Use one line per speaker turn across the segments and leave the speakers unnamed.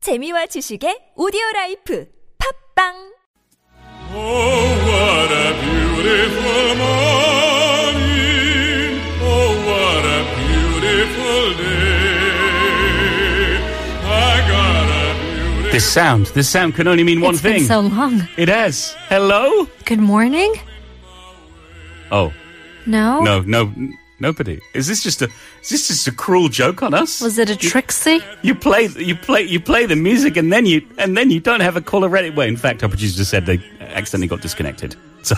재미와 지식의 오디오 라이프 팝빵
Oh, what a beautiful morning. Oh, what a beautiful day. I got a beautiful
This sound. This sound can only mean one
It's
thing.
been so long.
it has. Hello?
Good morning?
Oh,
No?
no, no, n- nobody. Is this just a is this just a cruel joke on us?
Was it a Trixie?
You play you play you play the music and then you and then you don't have a caller ready. Well, in fact, our producer said they accidentally got disconnected. So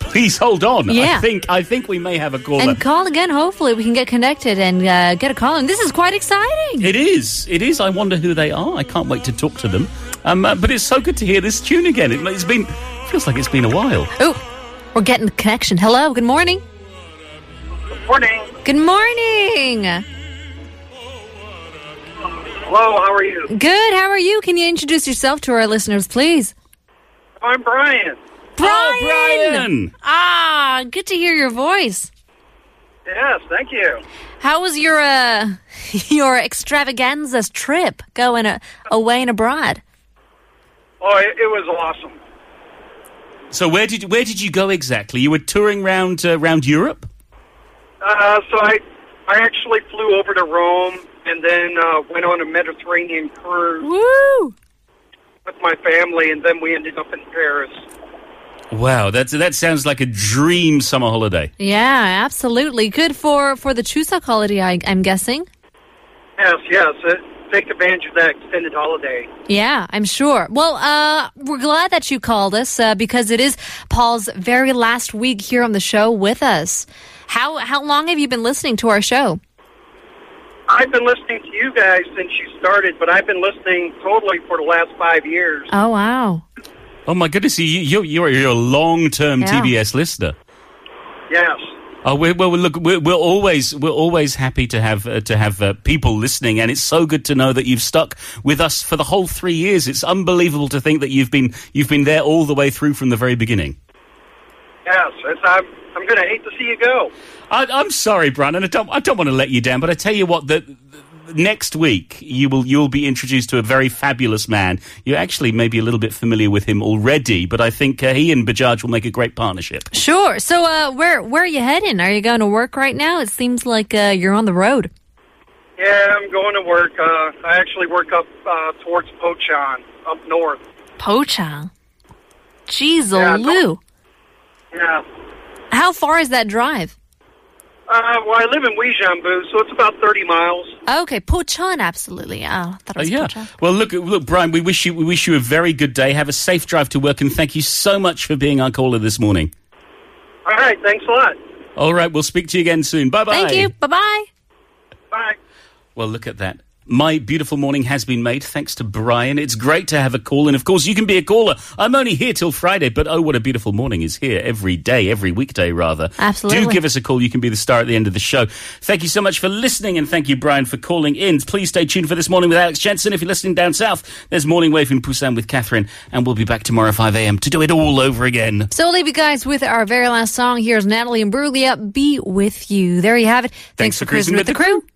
please hold on. I
Yeah.
think I think we may have a caller.
And call again. Hopefully, we can get connected and uh, get a call. And this is quite exciting.
It is. It is. I wonder who they are. I can't wait to talk to them. Um, uh, but it's so good to hear this tune again. It, it's been feels like it's been a while.
Oh, we're getting the connection. Hello. Good morning.
Morning.
Good morning.
Hello, how are you?
Good. How are you? Can you introduce yourself to our listeners, please?
I'm Brian.
Brian.
Oh, Brian.
Ah, good to hear your voice.
Yes, thank you.
How was your uh, your extravaganza trip going uh, away and abroad?
Oh, it, it was awesome.
So where did where did you go exactly? You were touring round uh, round Europe.
Uh, so I, I actually flew over to Rome and then uh, went on a Mediterranean cruise
Woo!
with my family, and then we ended up in Paris.
Wow, that that sounds like a dream summer holiday.
Yeah, absolutely. Good for for the Chuseok holiday, I, I'm guessing.
Yes, yes. Uh, take advantage of that extended holiday.
Yeah, I'm sure. Well, uh, we're glad that you called us uh, because it is Paul's very last week here on the show with us. How how long have you been listening to our show?
I've been listening to you guys since you started, but I've been listening totally for the last five years.
Oh wow,
Oh my goodness, you you you're, you're a long term
Yeah.
TBS listener.
Yes.
Oh, we're, well, look, we're, we're always we're always happy to have uh, to have uh, people listening, and it's so good to know that you've stuck with us for the whole three years. It's unbelievable to think that you've been you've been there all the way through from the very beginning.
Yes. It's, I'm, I'm going to hate to see you go.
I, I'm sorry, Brandon. I don't I don't want to let you down, but I tell you what, the, the- next week you will you'll be introduced to a very fabulous man. You actually may be a little bit familiar with him already, but I think uh, he and Bajaj will make a great partnership.
sure. So uh, where where are you heading? Are you going to work right now? It seems like uh, you're on the road.
Yeah, I'm going to work. Uh, I actually work up uh, towards Pochon, up north.
Pochang, jeez,
Yeah,
Lou.
Yeah.
How far is that drive?
Uh, well, I live in Weijambu, so it's about 30 miles.
Okay, Pochon, absolutely. Ah, that
Uh,
was
yeah.
Pochang.
Well, look, look, Brian. We wish you we wish you a very good day. Have a safe drive to work, and thank you so much for being our caller this morning.
All right, thanks a lot.
All right, we'll speak to you again soon. Bye bye.
Thank you. Bye bye.
Bye.
Well, look at that. My beautiful morning has been made thanks to Brian. It's great to have a call. And of course, you can be a caller. I'm only here till Friday, but oh, what a beautiful morning is here every day, every weekday, rather.
Absolutely.
Do give us a call. You can be the star at the end of the show. Thank you so much for listening. And thank you, Brian, for calling in. Please stay tuned for This Morning with Alex Jensen. If you're listening down south, there's Morning Wave in Busan with Catherine. And we'll be back tomorrow, 5 a.m., to do it all over again.
So we'll leave you guys with our very last song. Here's Natalie and Brulia. Be with you. There you have it. Thanks,
for cruising with the
crew.